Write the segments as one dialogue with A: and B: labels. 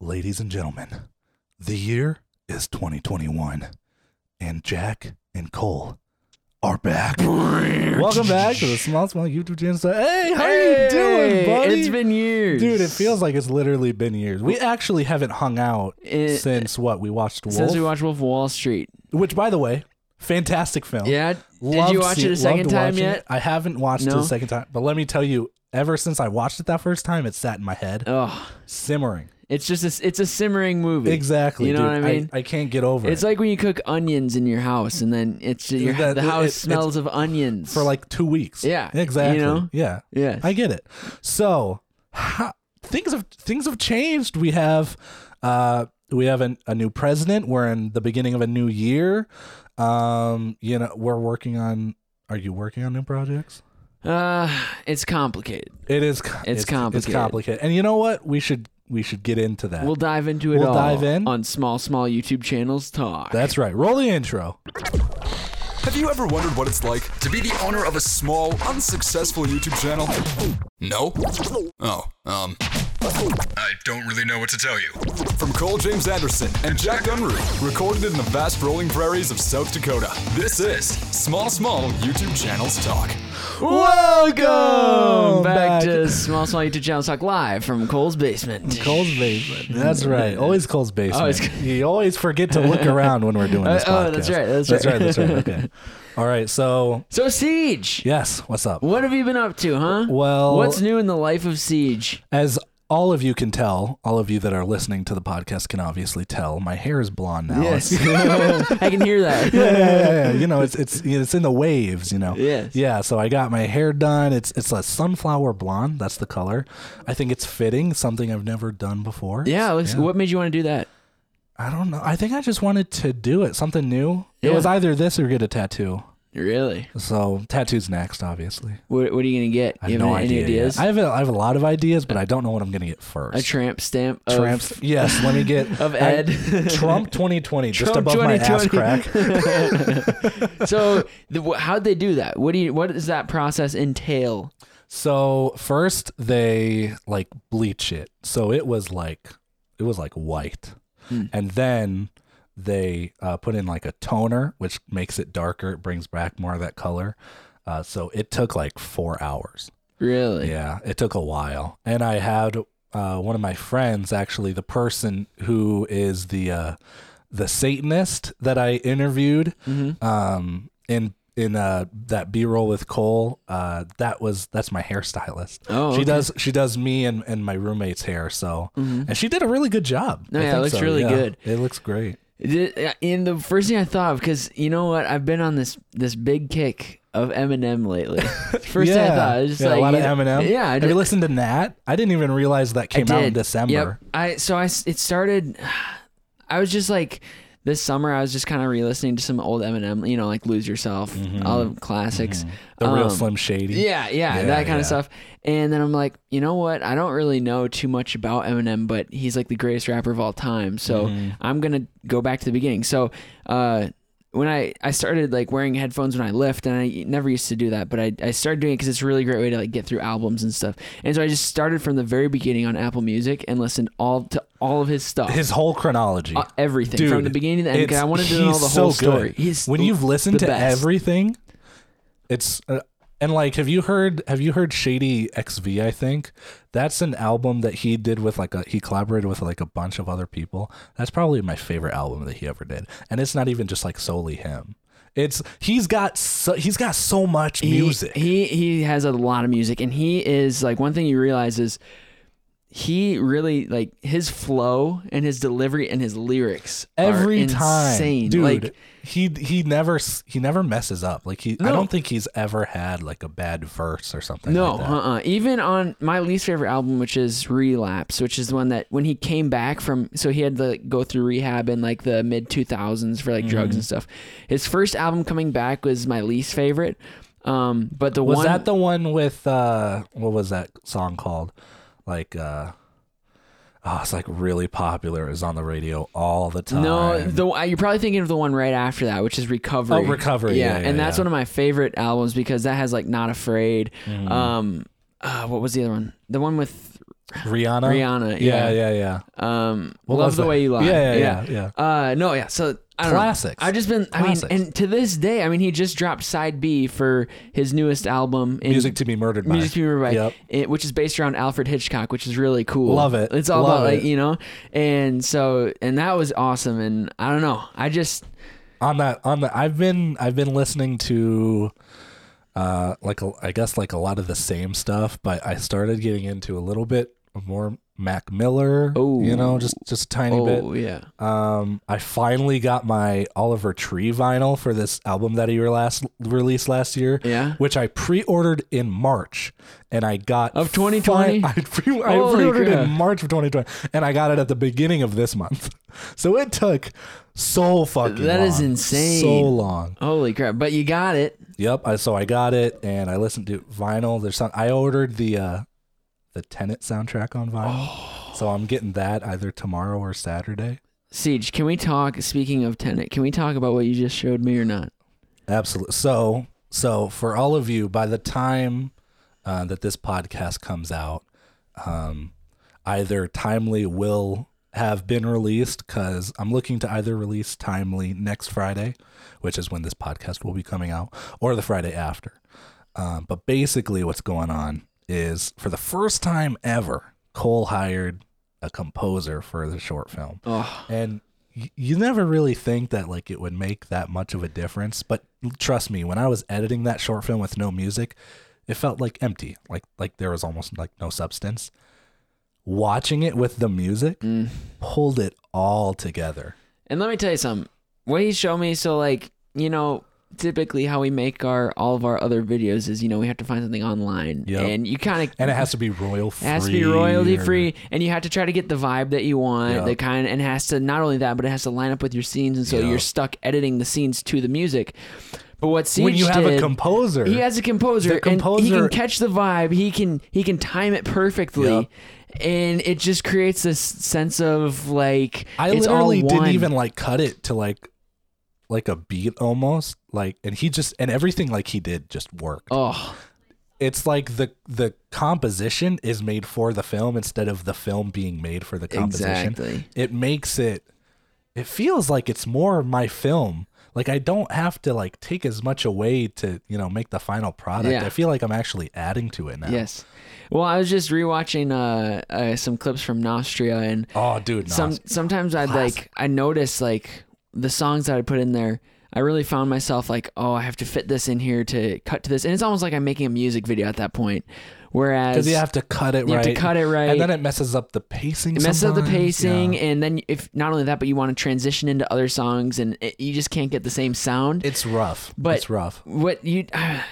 A: Ladies and gentlemen, the year is 2021, and Jack and Cole are back. Welcome back to the Small Small YouTube channel. So- Hey, how are you doing,
B: Hey,
A: buddy?
B: It's been years,
A: Dude, it feels like it's literally been years. We actually haven't hung out
B: It-
A: since what we watched Wolf,
B: since we watched Wolf of Wall Street.
A: which, by the way, fantastic film.
B: Yeah,
A: Oh, Loved
B: did you watch
A: see-
B: it a second
A: loved
B: time
A: watching
B: yet?
A: it. I haven't watched it
B: No?
A: a second time, but let me tell you, ever since I watched it that first time, it sat in my head,
B: Oh,
A: simmering.
B: it's just a, s- it's a simmering movie.
A: Exactly.
B: You know
A: dude.
B: what I mean?
A: I, can't get over
B: It's
A: it.
B: like when you cook onions in your house, and then it's your,
A: That-
B: the
A: it-
B: house
A: it's-
B: smells of onions
A: for like two weeks.
B: Yeah, you
A: Exactly.
B: know?
A: Yeah.
B: Yes.
A: I get it. So how, things have things have changed. We have uh we have an, a new president. We're in the beginning of a new year. Um, you know, we're working on are you working on new projects?
B: uh, it's complicated.
A: It is co-
B: It's complicated.
A: It's complicated. And you know what? We should we should get into that.
B: We'll dive into it
A: We'll
B: all
A: dive in.
B: on small small YouTube channels talk.
A: That's right. Roll the intro.
C: Have you ever wondered what it's like to be the owner of a small, unsuccessful YouTube channel? No? Oh, um. I don't really know what to tell you. From Cole James Anderson and Jack Unruh, recorded in the vast rolling prairies of South Dakota. This is Small Small YouTube Channels Talk.
B: Welcome back,
A: Oh, back.
B: to small small YouTube channels talk live from Cole's basement.
A: Cole's basement. That's right. Always Cole's basement.
B: Always-
A: you always forget to look around when we're doing this
B: Uh,
A: podcast.
B: oh, that's right, that's
A: right.
B: right.
A: That's right. Okay. All right. So
B: So Siege,
A: yes, what's up?
B: what have you been up to, huh?
A: Well-
B: what's new in the life of Siege?
A: As all of you can tell, all of you that are listening to the podcast can obviously tell, my hair is blonde now. Oh, It's-
B: I can hear that.
A: yeah, yeah, yeah, yeah. You know, it's it's it's in the waves. You know.
B: Yes.
A: Yeah. So I got my hair done. It's it's a sunflower blonde. That's the color. I think it's fitting. Something I've never done before.
B: Yeah, it looks, what made you want to do that?
A: I don't know. I think I just wanted to do it. Something new. It
B: Yeah.
A: was either this or get a tattoo.
B: Really?
A: So tattoos next, obviously.
B: What, what are you gonna get?
A: I
B: you
A: have no
B: any
A: idea. yet.
B: ideas?
A: I have a, I have a lot of ideas, but I don't know what I'm gonna get first.
B: a tramp sramp stamp of
A: Tramp. yes, let me get
B: of
A: I-
B: Ed.
A: Trump 2020 just
B: Trump
A: above my ass
B: 2020.
A: crack.
B: so the, wh- how'd they do that? What do you? What does that process entail?
A: So first they like bleach it, so it was like it was like white, and then they uh, put in like a toner, which makes it darker. It brings back more of that color. Uh, so it took like four hours.
B: Really?
A: Yeah, it took a while. And I had uh, one of my friends, actually, the person who is the uh, the Satanist that I interviewed
B: Mm-hmm.
A: um, in in uh, that B roll with Cole. Uh, that was that's my hairstylist.
B: Oh,
A: she
B: okay. Mm-hmm.
A: does she does me and, and my roommate's hair. So and she did a really good job.
B: No,
A: I
B: yeah, it
A: think
B: looks
A: so,
B: really
A: yeah.
B: good.
A: It looks great.
B: Did- And uh, the first thing I thought of, because you know what, I've been on this this big kick of Eminem lately. First
A: yeah,
B: thing I thought, I was just
A: yeah,
B: like
A: a lot of
B: you know-
A: Eminem.
B: Yeah, I
A: have you
B: just-
A: listened to Nat? I didn't even realize that came out in
B: did.
A: December.
B: Yep. I so I s- it started. I was just like this summer. I was just kind of re-listening to some old Eminem. You know, like Lose Yourself,
A: Mm-hmm.
B: all the classics.
A: The real
B: Um,
A: Slim Shady.
B: Yeah, yeah,
A: Yeah,
B: that kind
A: yeah.
B: of stuff. And then I'm like, you know what? I don't really know too much about Eminem, but he's like the greatest rapper of all time. So
A: Mm-hmm.
B: I'm gonna go back to the beginning. So uh, when I I started like wearing headphones when I lift, and I never used to do that, but I I started doing it because it's a really great way to like get through albums and stuff. And so I just started from the very beginning on Apple Music and listened all to all of his stuff.
A: his whole chronology,
B: Uh, everything,
A: Dude,
B: from the beginning to the end, 'cause
A: it's-
B: I wanted to know
A: he's
B: the
A: so
B: whole
A: good.
B: story. He's
A: when you've listened
B: the
A: to
B: best.
A: everything, it's uh, and like have you heard have you heard Shady XV? I think that's an album that he did with like a he collaborated with like a bunch of other people. That's probably my favorite album that he ever did, and it's not even just like solely him. It's he's got so, he's got so much
B: He-
A: music.
B: He he has a lot of music, and he is like one thing you realize is he really like his flow and his delivery and his lyrics are
A: every time
B: insane.
A: dude
B: Like
A: he he never s- he never messes up like he i
B: No.
A: don't think he's ever had like a bad verse or something
B: no,
A: like that.
B: uh, uh Even on my least favorite album, which is Relapse, which is the one that when he came back from, so he had to like, go through rehab in like the mid two thousands for like
A: Mm-hmm.
B: drugs and stuff. His first album coming back was my least favorite. Um, but the
A: was
B: one
A: that the one with uh what was that song called like uh oh it's like really popular it was on the radio all the time
B: No, the uh, you're probably thinking of the one right after that, which is Recovery.
A: Oh, Recovery, yeah, yeah,
B: and that's
A: yeah.
B: one of my favorite
A: Mm.
B: albums because that has like Not Afraid. Um, uh, what was the other one? The one with
A: Rihanna.
B: Rihanna,
A: Yeah,
B: yeah.
A: yeah, yeah.
B: Um,
A: What
B: love
A: was
B: the
A: that?
B: way you lie.
A: Yeah, yeah, yeah,
B: Uh, no, yeah. So I don't
A: Classics.
B: Know. I've just been.
A: Classics.
B: I mean, and to this day, I mean, he just dropped side B for his newest album, in,
A: Music to be murdered by.
B: Music to Be Remembered by,
A: Yep.
B: it- which is based around Alfred Hitchcock, which is really cool.
A: Love it.
B: It's all
A: Love
B: about
A: it.
B: like you know, and so and that was awesome. And I don't know, I just
A: on that on the I've been I've been listening to uh like a, I guess like a lot of the same stuff, but I started getting into a little bit more Mac Miller.
B: Oh.
A: you know, just just a tiny
B: oh
A: bit.
B: yeah,
A: Um, I finally got my Oliver Tree vinyl for this album that he re- last released last year.
B: Yeah.
A: which I pre-ordered in March, and I got
B: Of 2020?
A: fi- I, pre- I
B: Holy
A: pre-ordered
B: crap.
A: in March of 2020, and I got it at the beginning of this month. So it took so fucking
B: That
A: long,
B: is insane.
A: so long.
B: holy crap! But you got it.
A: Yep. I, so I got it, and I listened to vinyl. There's some. I ordered the uh, the Tenet soundtrack on vinyl, so I'm getting that either tomorrow or Saturday.
B: Siege, can we talk? Speaking of Tenet, can we talk about what you just showed me or not?
A: Absolutely. So, so for all of you, by the time uh, that this podcast comes out, um, either Timely will have been released because I'm looking to either release Timely next Friday, which is when this podcast will be coming out, or the Friday after. Um, but basically, what's going on is for the first time ever, Cole hired a composer for the short film
B: Oh,
A: and y- you never really think that like it would make that much of a difference but trust me when i was editing that short film with no music it felt like empty like like there was almost like no substance watching it with the music
B: mm.
A: pulled it all together
B: And let me tell you something. What he showed me, so like, you know, typically how we make our all of our other videos is, you know, we have to find something online.
A: Yep.
B: And you kind of
A: and it has to be royal free
B: has to be royalty
A: or-
B: free and you have to try to get the vibe that you want,
A: Yep.
B: the kind and it has to not only that, but it has to line up with your scenes and so
A: Yep.
B: you're stuck editing the scenes to the music. But what Siege
A: when you have
B: did-
A: a composer
B: he has a composer,
A: The
B: and he
A: composer-
B: can catch the vibe. He can he can time it perfectly, and it just creates this sense of like
A: I
B: it's all
A: literally didn't
B: one.
A: even like cut it to like like a beat almost like and he just and everything like he did just worked
B: oh
A: it's like the the composition is made for the film instead of the film being made for the composition.
B: Exactly.
A: It makes it it feels like it's more my film. Like I don't have to like take as much away to, you know, make the final product.
B: Yeah.
A: I feel like I'm actually adding to it now.
B: Yes. Well, I was just rewatching uh, uh some clips from Nostria and
A: Oh, dude, Nas.
B: some sometimes I'd like I notice like the songs that I put in there. I really found myself like, oh, I have to fit this in here to cut to this, and it's almost like I'm making a music video at that point. Whereas
A: because you have to cut it
B: you have
A: right.
B: to cut it right.
A: and then it messes up the pacing.
B: it messes up the
A: sometimes.
B: pacing,
A: Yeah.
B: and then if not only that, but you want to transition into other songs, and it, you just can't get the same sound.
A: It's rough.
B: But-
A: it's rough.
B: what you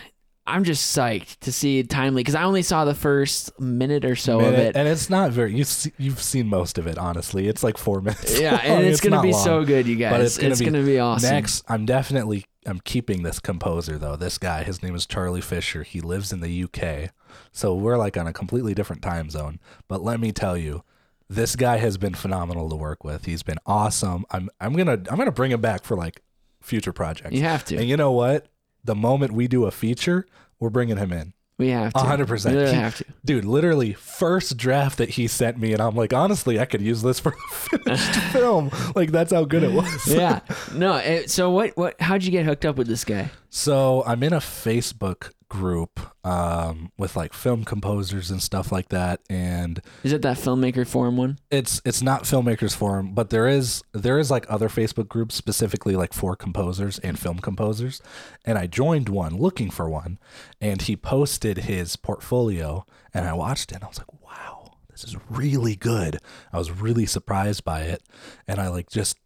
B: I'm just psyched to see Timely because I only saw the first minute or so
A: And,
B: of
A: it-
B: it.
A: and it's not very. You see, you've seen most of it, honestly. It's like four minutes.
B: yeah,
A: long.
B: and it's, gonna
A: not
B: be
A: long.
B: so good, you guys.
A: but
B: it's gonna, be, awesome.
A: Next, I'm definitely I'm keeping this composer though. This guy, his name is Charlie Fisher. He lives in the UK, so we're like on a completely different time zone. But let me tell you, this guy has been phenomenal to work with. He's been awesome. I'm I'm gonna I'm gonna bring him back for like future projects.
B: You have to.
A: And you know what? The moment we do a feature, we're bringing him in.
B: we have to.
A: A hundred percent.
B: We literally
A: He-
B: have to.
A: Dude, literally first draft that he sent me, and I'm like, honestly, I could use this for a finished film. Like that's how good it was.
B: yeah. No. It, so what? What? How'd you get hooked up with this guy?
A: So I'm in a Facebook group um, with like film composers and stuff like that, and
B: Is it that filmmaker forum one?
A: it's it's not filmmakers forum, but there is there is like other Facebook groups specifically like for composers and film composers, and I joined one looking for one, and he posted his portfolio, and I watched it, and I was like, wow, this is really good. I was really surprised by it, and I like just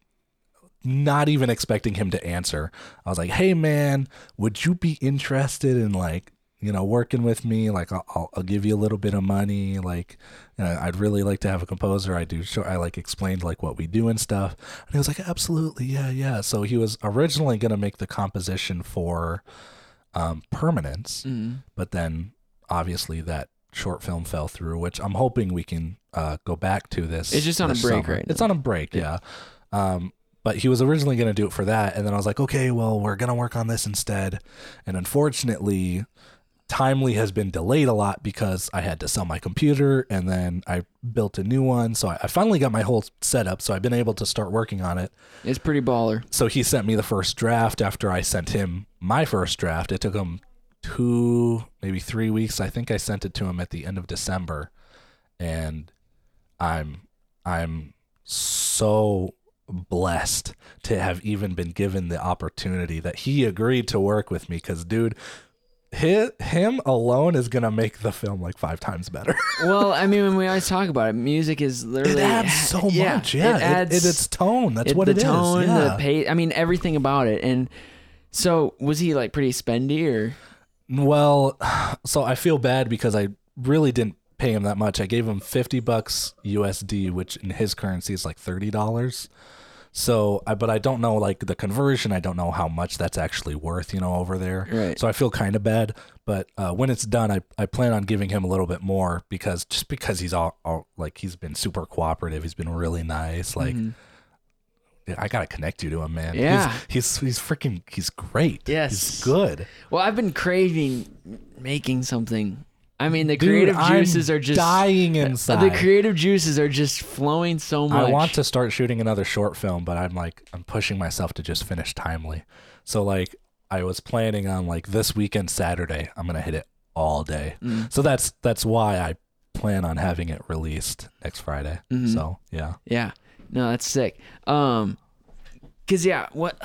A: not even expecting him to answer. I was like, "Hey man, would you be interested in like, you know, working with me? Like, I'll- I'll, I'll give you a little bit of money. Like, you know, I'd really like to have a composer. I do. Show, I like explained like what we do and stuff." And he was like, "Absolutely, yeah, yeah." So he was originally gonna make the composition for um, Permanence,
B: Mm-hmm.
A: but then obviously that short film fell through, which I'm hoping we can uh, go back to this.
B: It's just on a
A: this
B: break right
A: It's on a break, yeah. Um, but he was originally going to do it for that, and then I was like, okay, well, we're gonna work on this instead. And unfortunately, Timely has been delayed a lot because I had to sell my computer and then I built a new one. So I, I finally got my whole setup. So I've been able to start working on it.
B: It's pretty baller.
A: So he sent me the first draft after I sent him my first draft. It took him two, maybe three weeks. I think I sent it to him at the end of December. And I'm I'm so blessed to have even been given the opportunity that he agreed to work with me because dude his, him alone is gonna make the film like five times better
B: Well, I mean, when we always talk about it, music is
A: it
B: literally
A: adds so much yeah
B: it
A: it
B: adds
A: it- it's tone that's
B: it-
A: what
B: the
A: it is.
B: tone,
A: yeah.
B: the pace. I mean, everything about it. And so, was he like pretty spendy or?
A: Well, so I feel bad because I really didn't pay him that much. I gave him 50 bucks USD, which in his currency is like $30. So, I, but I don't know like the conversion. I don't know how much that's actually worth, you know, over there.
B: Right.
A: So I feel kind of bad. But uh, when it's done, I, I plan on giving him a little bit more because just because he's all, all like he's been super cooperative. He's been really nice. Like, yeah, I gotta connect you to him, man.
B: Mm-hmm. Yeah.
A: He's he's, he's freaking he's great.
B: Yes.
A: He's good.
B: Well, I've been craving making something. I mean, the
A: Dude,
B: creative
A: I'm
B: juices are just
A: dying inside.
B: The creative juices are just flowing so much.
A: I want to start shooting another short film, but I'm like I'm pushing myself to just finish timely. So like I was planning on like this weekend Saturday, I'm gonna hit it all day. So that's that's why I plan on having it released next Friday. So yeah.
B: Yeah. No, that's sick. Um, cause yeah, what,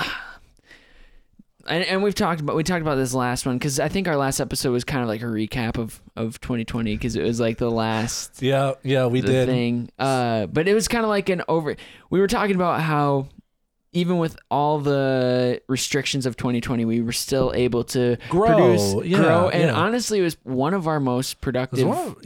B: and, and we've talked about, we talked about this last one. Cause I think our last episode was kind of like a recap of, of 2020. Cause it was like the last
A: Yeah, yeah, we
B: the
A: did.
B: thing. Uh, but it was kind of like an over, we were talking about how even with all the restrictions of 2020, we were still able to
A: Grow,
B: produce,
A: yeah,
B: grow. And
A: yeah.
B: honestly, it was one of our most
A: It was
B: productive
A: one of-
B: years.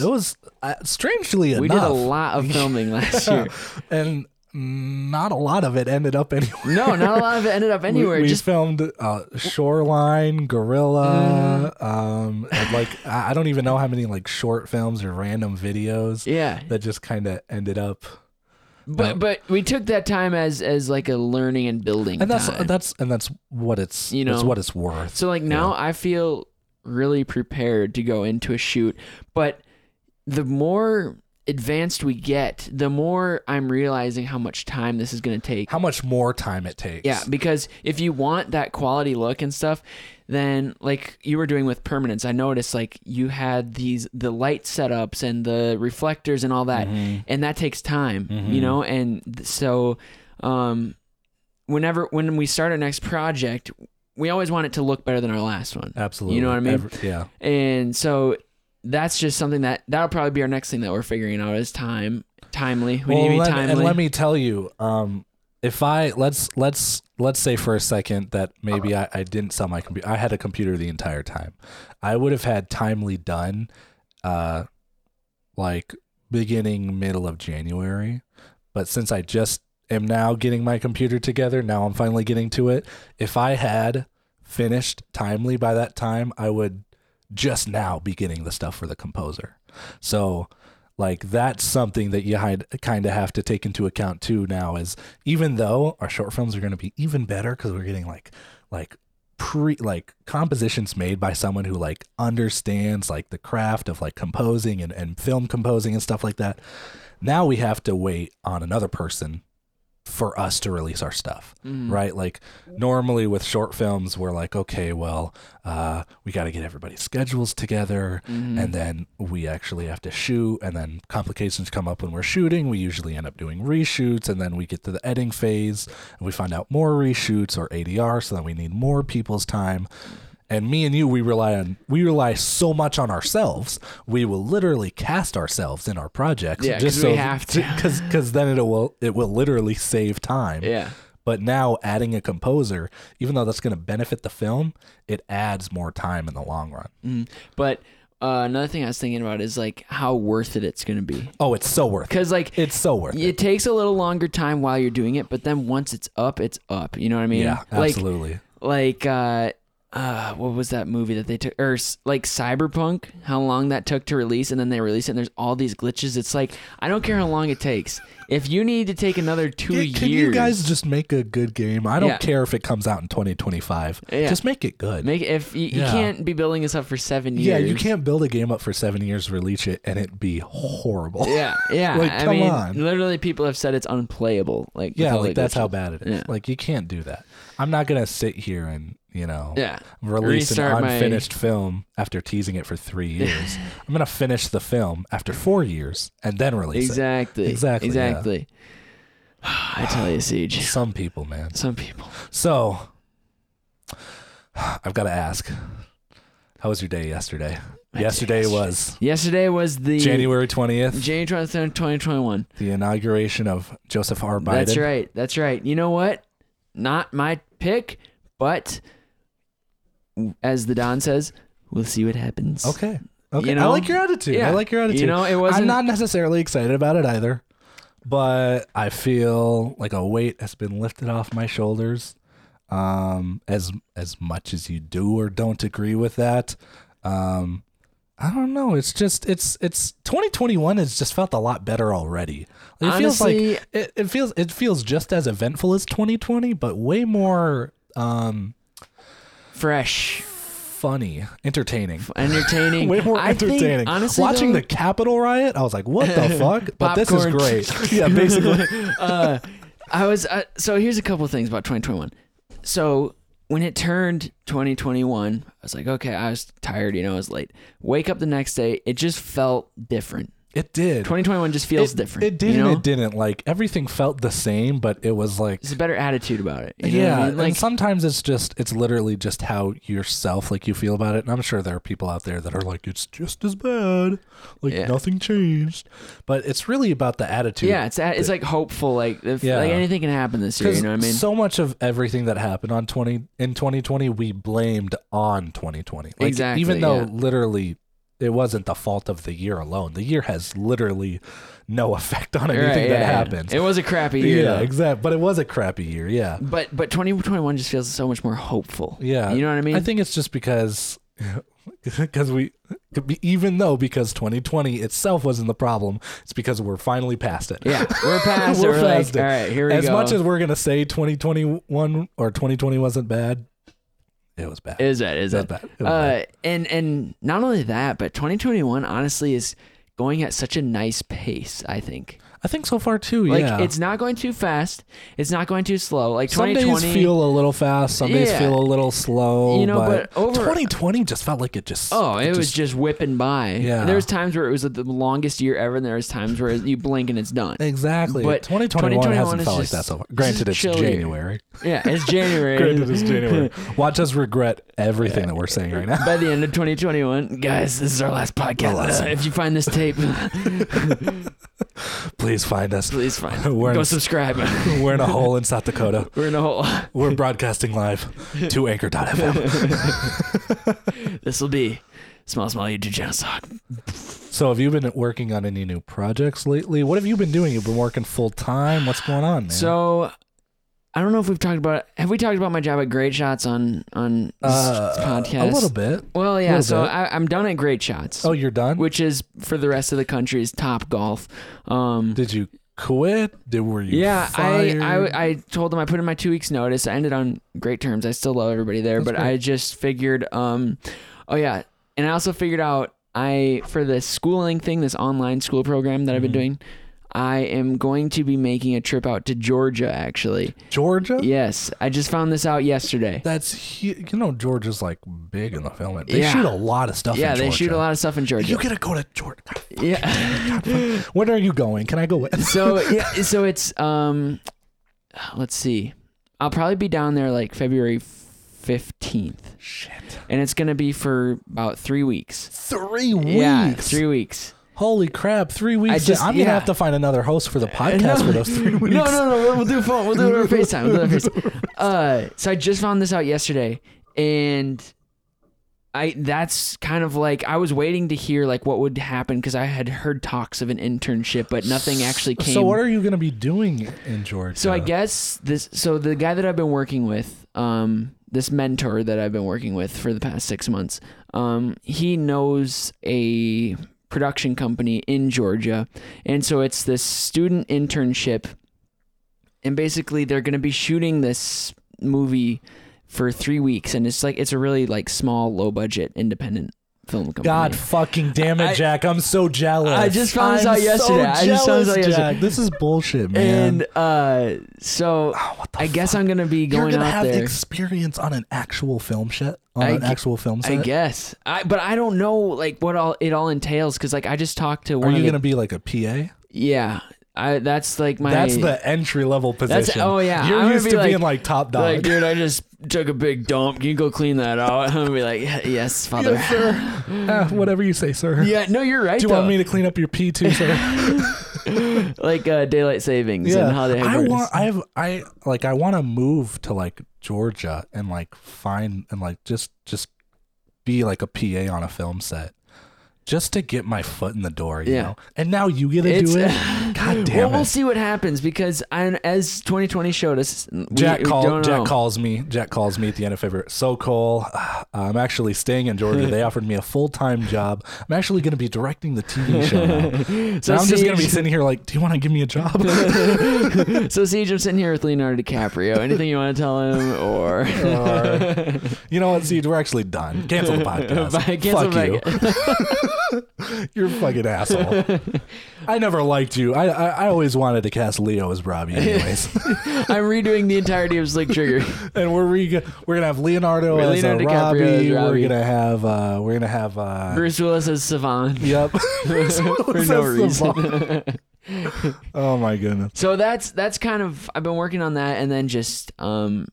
A: yeah, it was uh, strangely
B: we
A: enough.
B: did a lot of filming last year.
A: and not a lot of it ended up anywhere.
B: No, not a lot of it ended up
A: We-
B: anywhere.
A: We,
B: just
A: filmed uh, Shoreline, Gorilla,
B: Mm.
A: um, and, like I I don't even know how many like short films or random videos
B: yeah,
A: that just kind of ended up.
B: but but we took that time as as like a learning and building.
A: And that's
B: time.
A: that's and that's what it's
B: You
A: you know
B: know.
A: what it's worth.
B: so like now I feel really prepared to go into a shoot, but the more advanced we get, the more I'm realizing how much time this is going to take.
A: how much more time it takes?
B: Yeah, because if you want that quality look and stuff, then like you were doing with permanence, I noticed like you had these the light setups and the reflectors and all that,
A: Mm-hmm.
B: and that takes time, you know. And th- so, um, whenever when we start our next project, we always want it to look better than our last one.
A: absolutely.
B: You know what I mean?
A: Every- yeah,
B: And so that's just something that that'll probably be our next thing that we're figuring out is time, timely. We need to be
A: let,
B: timely.
A: And let me tell you, um, if I let's let's let's say for a second that maybe I, I didn't sell my computer. I had a computer the entire time. I would have had timely done, uh, like beginning middle of January. But since I just am now getting my computer together, now I'm finally getting to it. If I had finished timely by that time, I would just now be getting the stuff for the composer. So like that's something that you kind of have to take into account too now is even though our short films are going to be even better cuz we're getting like like pre like compositions made by someone who like understands like the craft of like composing and, and film composing and stuff like that now we have to wait on another person for us to release our stuff
B: Mm.
A: right like normally with short films we're like okay well uh, we got to get everybody's schedules together
B: Mm-hmm.
A: and then we actually have to shoot and then complications come up when we're shooting we usually end up doing reshoots and then we get to the editing phase and we find out more reshoots or adr so then we need more people's time and me and you we rely on we rely so much on ourselves we will literally cast ourselves in our projects
B: Yeah, 'cause we have to.
A: because because then it will it will literally save time.
B: Yeah.
A: But now adding a composer, even though that's going to benefit the film, it adds more time in the long run.
B: But uh, another thing I was thinking about is like how worth it it's going to be.
A: Oh, it's so worth it.
B: Because like it,
A: It's so worth it.
B: takes a little longer time while you're doing it, but then once it's up, it's up. You know what I mean?
A: Yeah,
B: Like-
A: absolutely.
B: Like, uh, uh, what was that movie that they took? Or s- like Cyberpunk? How long that took to release, and then they release it, and there's all these glitches. It's like I don't care how long it takes. If you need to take another two
A: Yeah,
B: years,
A: Can you guys just make a good game? I don't
B: Yeah.
A: care if it comes out in 2025.
B: Yeah.
A: Just make it good.
B: make if you, you
A: Yeah.
B: can't be building this up for seven years.
A: yeah, you can't build a game up for seven years, release it, and it be horrible.
B: Yeah, yeah.
A: Like,
B: I
A: come
B: mean,
A: on.
B: literally, people have said it's unplayable. Like, with
A: Yeah,
B: all
A: like
B: the
A: that's how
B: glitches.
A: bad it is.
B: Yeah.
A: Like you can't do that. I'm not gonna sit here and you know
B: Yeah.
A: release
B: Restart
A: an
B: my-
A: unfinished film after teasing it for three years. I'm gonna finish the film after four years and then release
B: Exactly.
A: Exactly, yeah.
B: Exactly. I tell you,
A: it.
B: Siege.
A: Some people, man.
B: Some people.
A: So I've got to ask, how was your day yesterday?
B: My day
A: yesterday
B: yesterday.
A: was
B: Yesterday was the
A: January 20th,
B: January twenty third, twenty twenty one.
A: the inauguration of Joseph R. Biden.
B: That's right. That's right. You know what? Not my pick, but as the Don says, we'll see what happens.
A: Okay. Okay.
B: You
A: I
B: know?
A: like your attitude. I
B: Yeah.
A: like your
B: You
A: attitude.
B: know, it wasn't-
A: I'm not necessarily excited about it either, but I feel like a weight has been lifted off my shoulders. Um, as as much as you do or don't agree with that, um, I don't know. It's just it's it's 2021 has just felt a lot better already. It feels
B: Honestly-
A: like it, it feels it feels just as eventful as 2020, but way more um
B: Fresh,
A: funny, entertaining.
B: entertaining.
A: way more
B: I think,
A: entertaining.
B: honestly,
A: watching
B: though,
A: the Capitol riot, I was like, "What the fuck?" But this is
B: Popcorn.
A: great. yeah, basically.
B: uh, I was uh, so here's a couple things about 2021. So when it turned 2021, I was like, okay, I was tired, you know, I was late. Wake up the next day, it just felt different.
A: It did.
B: 2021 just feels
A: It,
B: different.
A: it did
B: you know?
A: and it didn't. Like everything felt the same, but it was like,
B: It's a better attitude about it. you know what I
A: yeah.
B: mean? like
A: and sometimes it's just, it's literally just how yourself, like you feel about it. And I'm sure there are people out there that are like, it's just as bad. Like
B: Yeah.
A: nothing changed. But it's really about the attitude.
B: yeah, it's it's like hopeful. Like if,
A: Yeah.
B: like anything can happen this year.
A: Because
B: You know what I mean?
A: so much of everything that happened on twenty in twenty twenty, we blamed on twenty twenty. Like,
B: Exactly,
A: Even though
B: yeah.
A: literally it wasn't the fault of the year alone. The year has literally no effect on
B: Right,
A: anything that
B: yeah, yeah.
A: happens.
B: It was a crappy
A: Yeah,
B: year. though.
A: exactly. But it was a crappy year. Yeah,
B: But but 2021 just feels so much more hopeful.
A: yeah.
B: You know what I mean?
A: I think it's just because. Because we, even though because 2020 itself wasn't the problem, it's because we're finally past it.
B: yeah, we're past. it.
A: We're
B: We're like,
A: past it.
B: all right, here we
A: as
B: go.
A: much as we're gonna say 2021 or 2020 wasn't bad, it was bad.
B: is that is
A: It was
B: that
A: bad. It was bad.
B: Uh, and and not only that, but 2021 honestly is going at such a nice pace. I think
A: I think so far too.
B: like
A: yeah,
B: it's not going too fast, it's not going too slow. Like
A: some
B: 2020,
A: days feel a little fast, some days
B: Yeah.
A: feel a little slow.
B: You know, but over-
A: 2020 just felt like it just.
B: oh, it, was just whipping by.
A: Yeah.
B: there was times where it was the longest year ever, and there was times where you blink and it's done.
A: exactly.
B: but
A: 2021,
B: 2021
A: hasn't
B: is
A: felt like
B: just-
A: that so far.
B: it's
A: Granted,
B: just
A: it's
B: chillier.
A: January.
B: Yeah, it's January.
A: Granted, it's January. Watch us regret everything that we're saying right now.
B: By the end of 2021, guys, this is our last podcast.
A: lesson.
B: Uh, if you find this tape,
A: Please find us.
B: please find.
A: We're
B: Go
A: in-
B: subscribe.
A: We're in a hole in South Dakota.
B: We're in a whole.
A: We're broadcasting live to anchor.fm.
B: This will be small, small YouTube channel sock.
A: So, have you been working on any new projects lately? What have you been doing? You've been working full time. What's going on, man?
B: So I don't know if we've talked about have we talked about my job at Great Shots on on this
A: Uh,
B: podcast
A: a little bit.
B: Well, yeah.
A: little
B: So
A: bit.
B: I, I'm done at Great Shots,
A: Oh, you're done.
B: which is for the rest of the country's top golf. Um,
A: Did you quit? Did were you?
B: yeah, I,
A: fired?
B: I I told them I put in my two weeks notice. I ended on great terms. I still love everybody there,
A: That's
B: but
A: great.
B: I just figured, um, oh yeah, and I also figured out I for this schooling thing, this online school program that I've been
A: Mm-hmm.
B: doing. I am going to be making a trip out to Georgia actually.
A: Georgia.
B: Yes, I just found this out yesterday.
A: That's hu- you know Georgia's like big in the film. They
B: Yeah.
A: shoot a lot of stuff.
B: yeah,
A: in
B: they shoot
A: Georgia.
B: a lot of stuff in Georgia.
A: You gotta go to Georgia.
B: yeah.
A: When are you going? Can I go with?
B: so yeah, so it's um let's see. I'll probably be down there like February 15th.
A: Shit,
B: And it's going to be for about 3 weeks.
A: three weeks.
B: Yeah, 3 weeks.
A: Holy crap, three weeks.
B: just-
A: I'm gonna
B: yeah. Uh,
A: have to find another host for the podcast for those three weeks.
B: No, no, no. We'll, we'll do phone. We'll do it over FaceTime. We'll do it over FaceTime. Uh, so I just found this out yesterday, and I that's kind of like I was waiting to hear like what would happen because I had heard talks of an internship, but nothing actually came.
A: So what are you gonna be doing in Georgia?
B: So I guess this. So the guy that I've been working with, um, this mentor that I've been working with for the past six months, um, he knows a production company in Georgia. And so it's this student internship. And basically, they're going to be shooting this movie for three weeks. And it's like, it's a really like small, low budget independent film company.
A: God fucking damn it,
B: I-
A: Jack! I'm so jealous.
B: I just found this
A: I'm
B: out yesterday.
A: So
B: I just found this out
A: jealous,
B: yesterday.
A: Jack. This is bullshit, man.
B: and uh, so
A: Oh,
B: I guess I'm going to be
A: You're
B: going
A: gonna
B: out
A: have
B: there.
A: experience on an actual film set. On
B: I
A: an
B: gu-
A: actual film set.
B: I guess. I but I don't know like what all it all entails because like I just talked to
A: Are
B: one.
A: you
B: of
A: gonna
B: the,
A: be like a PA?
B: Yeah, I that's like my.
A: That's the entry level position.
B: That's oh yeah.
A: you're
B: I'm gonna
A: used
B: be
A: to
B: like,
A: being like top dog.
B: Like dude, I just took a big dump. Can you go clean that out? I'm gonna be like, yes, father.
A: Yes, sir. Ah, whatever you say, sir.
B: Yeah, no, you're right.
A: Do you
B: though.
A: want me to clean up your pee too, sir?
B: like uh, daylight savings and how they have
A: I
B: it.
A: want. I have. I like. I want to move to like Georgia and like find and like just just be like a PA on a film set, just to get my foot in the door. You
B: Yeah.
A: know. And now you get to
B: It's-
A: do it. God damn
B: well, we'll
A: it.
B: see what happens because I, as 2020 showed us, we,
A: Jack
B: we
A: call,
B: don't
A: Jack
B: know.
A: calls me. Jack calls me at the end of February. So Cole, uh, I'm actually staying in Georgia. They offered me a full time job. I'm actually going to be directing the TV show. Now. So
B: So
A: I'm just
B: see-
A: going to be sitting here like, do you want to give me a job?
B: So, Siege, I'm sitting here with Leonardo DiCaprio. Anything you want to tell him, or
A: Or- you know what? See, we're actually done. Cancel the podcast.
B: Bye, cancel
A: Fuck
B: back.
A: you. You're a fucking asshole. I never liked you. I, I I always wanted to cast Leo as Robbie, anyways.
B: I'm redoing the entirety of Slick Trigger.
A: and we're re- we're gonna have Leonardo
B: We're
A: as
B: Leonardo
A: a
B: DiCaprio
A: Robbie.
B: as
A: We're
B: Robbie.
A: gonna have uh, we're gonna have uh,
B: Bruce Willis as Savant.
A: Yep.
B: For no reason.
A: oh my goodness.
B: so that's that's kind of I've been working on that, and then just um,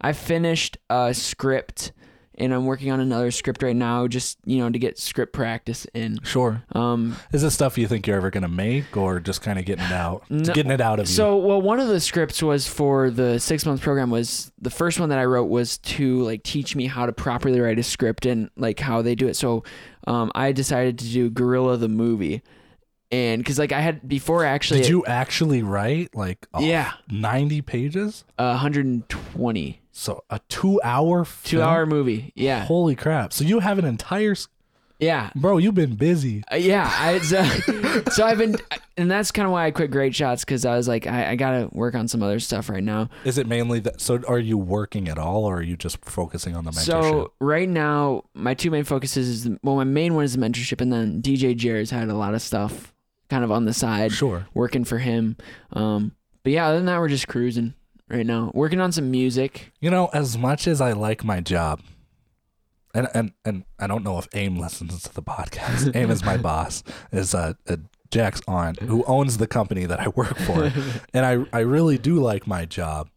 B: I finished a script, and I'm working on another script right now, just you know to get script practice in.
A: Sure.
B: Um,
A: Is this stuff you think you're ever gonna make, or just kind of getting it out,
B: No.
A: getting it out of you?
B: So, well, one of the scripts was for the six month program. Was the first one that I wrote was to like teach me how to properly write a script and like how they do it. So, um, I decided to do Gorilla the movie, and because like I had before actually,
A: Did you actually write like a
B: Yeah.
A: ninety pages?
B: uh, 120
A: So a two-hour,
B: two hour movie? Yeah,
A: Holy crap! So you have an entire s-
B: yeah.
A: bro. You've been busy.
B: Uh, yeah, I, so, so I've been, and that's kind of why I quit Great Shots because I was like, I, I gotta work on some other stuff right now.
A: Is it mainly that? So are you working at all, or are you just focusing on the mentorship?
B: So right now, my two main focuses is well, my main one is the mentorship, and then DJ Jared's had a lot of stuff kind of on the side,
A: sure.
B: working for him. Um, but yeah, other than that, we're just cruising right now, working on some music.
A: You know, as much as I like my job, and and and I don't know if Aim listens to the podcast. Aim is my boss. Is uh, uh Jack's aunt who owns the company that I work for, and I I really do like my job.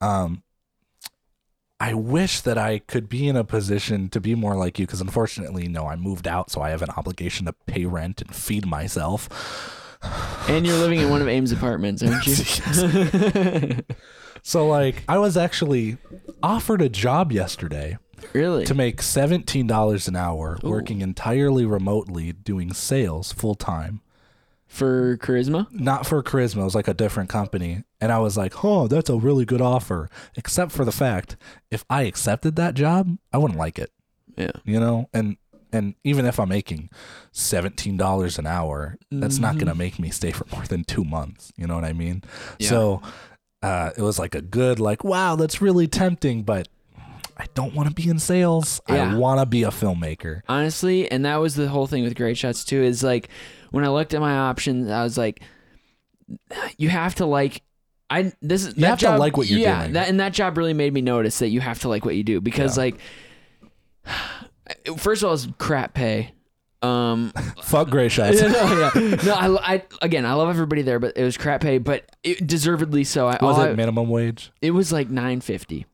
A: Um, I wish that I could be in a position to be more like you, because unfortunately, no, I moved out, so I have an obligation to pay rent and feed myself.
B: And you're living in one of Ames' apartments, aren't you?
A: So like, I was actually offered a job yesterday.
B: really?
A: to make seventeen dollars an hour, working entirely remotely, doing sales full time,
B: For charisma?
A: not for Charisma. It was like a different company, and I was like, "Oh, that's a really good offer." Except for the fact, if I accepted that job, I wouldn't like it,
B: Yeah.
A: you know. And and even if I'm making seventeen dollars an hour, that's not going to make me stay for more than two months. You know what I mean?
B: Mm-hmm. Yeah.
A: So uh, it was like a good, like, "Wow, that's really tempting," but. I don't want to be in sales. I
B: Yeah.
A: want to be a filmmaker.
B: honestly and that was the whole thing with great shots too is like when i looked at my options i was like you have to like i this is
A: You
B: that
A: have to
B: job-
A: like what you're
B: yeah,
A: doing.
B: that, and that job really made me notice that you have to like what you do because like first of all it's crap pay um
A: Fuck Gray Shots.
B: no, yeah. no I, I again i love everybody there but it was crap pay but it, deservedly so I,
A: Was
B: all I-
A: it minimum wage?
B: it was like 950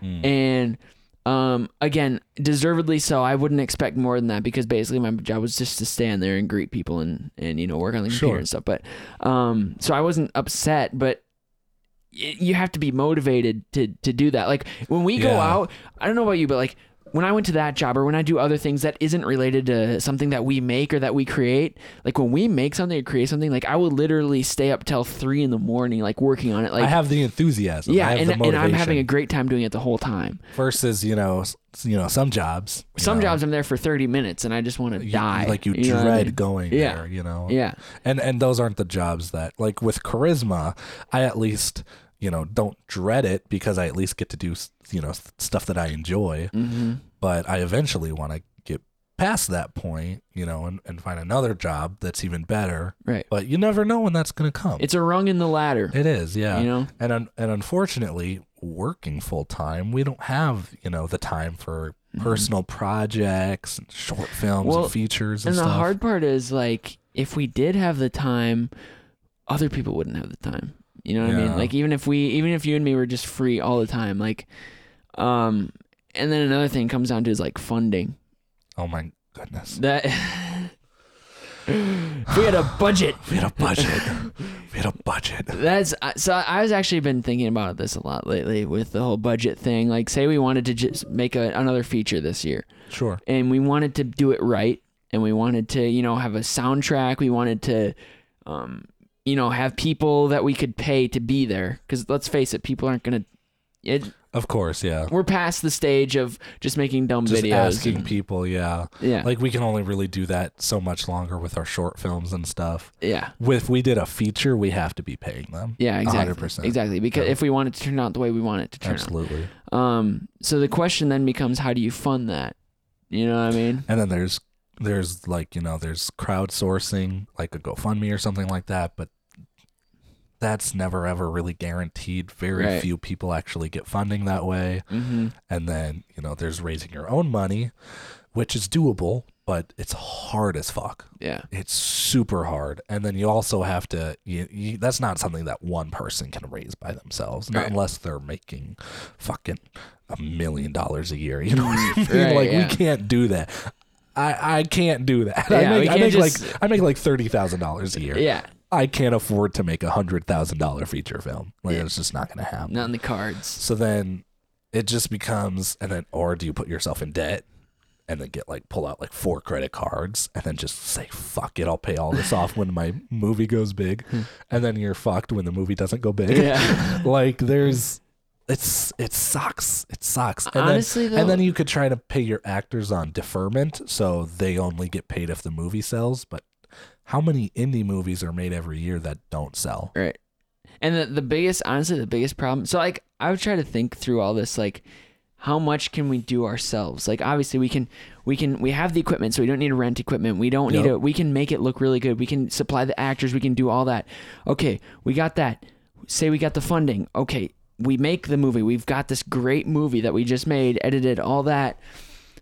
A: Hmm.
B: and um again deservedly so i wouldn't expect more than that because basically my job was just to stand there and greet people and and you know work on the computer
A: Sure.
B: and stuff but um so i wasn't upset but y- you have to be motivated to to do that like when we go
A: Yeah.
B: out i don't know about you but like when I went to that job or when I do other things that isn't related to something that we make or that we create, like when we make something or create something, like I will literally stay up till three in the morning, like working on it. Like
A: I have the enthusiasm.
B: yeah,
A: I have
B: and,
A: the
B: and I'm
A: motivation.
B: having a great time doing it the whole time.
A: versus you know s- you know some jobs. you
B: Some
A: know,
B: jobs I'm there for 30 minutes and I just want to
A: you-
B: die.
A: like you,
B: know
A: dread
B: what I mean?
A: going
B: Yeah.
A: there. You know.
B: Yeah.
A: And and those aren't the jobs that like with charisma. I at least you know don't dread it because I at least get to do s- you know s- stuff that I enjoy.
B: hmm
A: But I eventually want to get past that point, you know, and, and find another job that's even better.
B: Right.
A: But you never know when that's going to come.
B: It's a rung in the ladder.
A: It is, yeah.
B: You know?
A: and un- and unfortunately, working full time, we don't have you know the time for personal projects, and short films,
B: Mm-hmm. Well,
A: and features, and,
B: and the
A: stuff.
B: hard part is like if we did have the time, other people wouldn't have the time. You know what I
A: Yeah.
B: mean? Like even if we even if you and me were just free all the time, like um and then another thing comes down to is like funding.
A: oh my goodness,
B: That if we had a budget.
A: we had a budget. we had a budget.
B: That's I- so. I was actually been thinking about this a lot lately with the whole budget thing. Like, say we wanted to just make a, another feature this year,
A: Sure.
B: and we wanted to do it right and we wanted to you know have a soundtrack we wanted to um you know have people that we could pay to be there because let's face it people aren't gonna it,
A: Of course, yeah.
B: we're past the stage of just making dumb
A: Just
B: videos
A: asking people, yeah.
B: yeah
A: Like we can only really do that so much longer with our short films and stuff.
B: yeah
A: If we did a feature, we have to be paying them.
B: yeah
A: A
B: exactly
A: hundred percent.
B: exactly because
A: Yeah.
B: if we want it to turn out the way we want it to turn
A: Absolutely.
B: out um so the question then becomes how do you fund that you know what i mean
A: And then there's there's like you know there's crowdsourcing like a GoFundMe or something like that, but that's never ever really guaranteed. Very
B: Right.
A: few people actually get funding that way.
B: mm-hmm.
A: And then you know there's raising your own money, which is doable, but it's hard as fuck.
B: yeah
A: It's super hard. And then you also have to. You, you, that's not something that one person can raise by themselves, not
B: Right.
A: unless they're making fucking a million dollars a year. You know what I mean?
B: Mm, Right,
A: like
B: yeah.
A: we can't do that. I, I can't do that.
B: Yeah,
A: I
B: we
A: make, I
B: can't
A: make
B: just-
A: like I make like thirty thousand dollars a year.
B: yeah
A: I can't afford to make a hundred thousand dollar feature film. Like it's just not gonna happen.
B: not in the cards
A: So then it just becomes and then or do you put yourself in debt and then get like pull out like four credit cards and then just say fuck it, I'll pay all this off when my movie goes big, and then you're fucked when the movie doesn't go big.
B: Hmm. yeah
A: like there's it's it sucks. It sucks. And
B: Honestly,
A: then, and
B: though-
A: then you could try to pay your actors on deferment, so they only get paid if the movie sells. But how many indie movies are made every year that don't sell?
B: Right. And the, the biggest, honestly, the biggest problem. So, like, I would try to think through all this, like, how much can we do ourselves? Like, obviously, we can, we can, we have the equipment, so we don't need to rent equipment. We don't need
A: Yep.
B: to, we can make it look really good. We can supply the actors. We can do all that. Okay. We got that. Say we got the funding. Okay. We make the movie. We've got this great movie that we just made, edited, all that.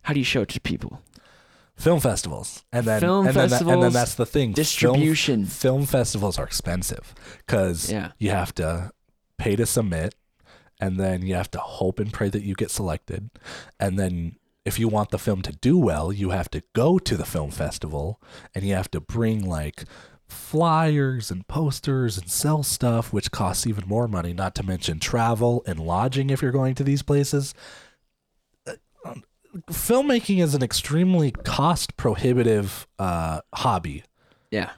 B: How do you show it to people?
A: Film festivals, and then
B: Film
A: and then, that, and then
B: festivals,
A: that's the thing. Film-
B: distribution.
A: film, festivals are expensive because
B: Yeah.
A: you have to pay to submit, and then you have to hope and pray that you get selected, and then if you want the film to do well, you have to go to the film festival, and you have to bring like flyers and posters and sell stuff, which costs even more money. Not to mention travel and lodging if you're going to these places Uh, um, filmmaking is an extremely cost prohibitive uh, hobby,
B: Yeah.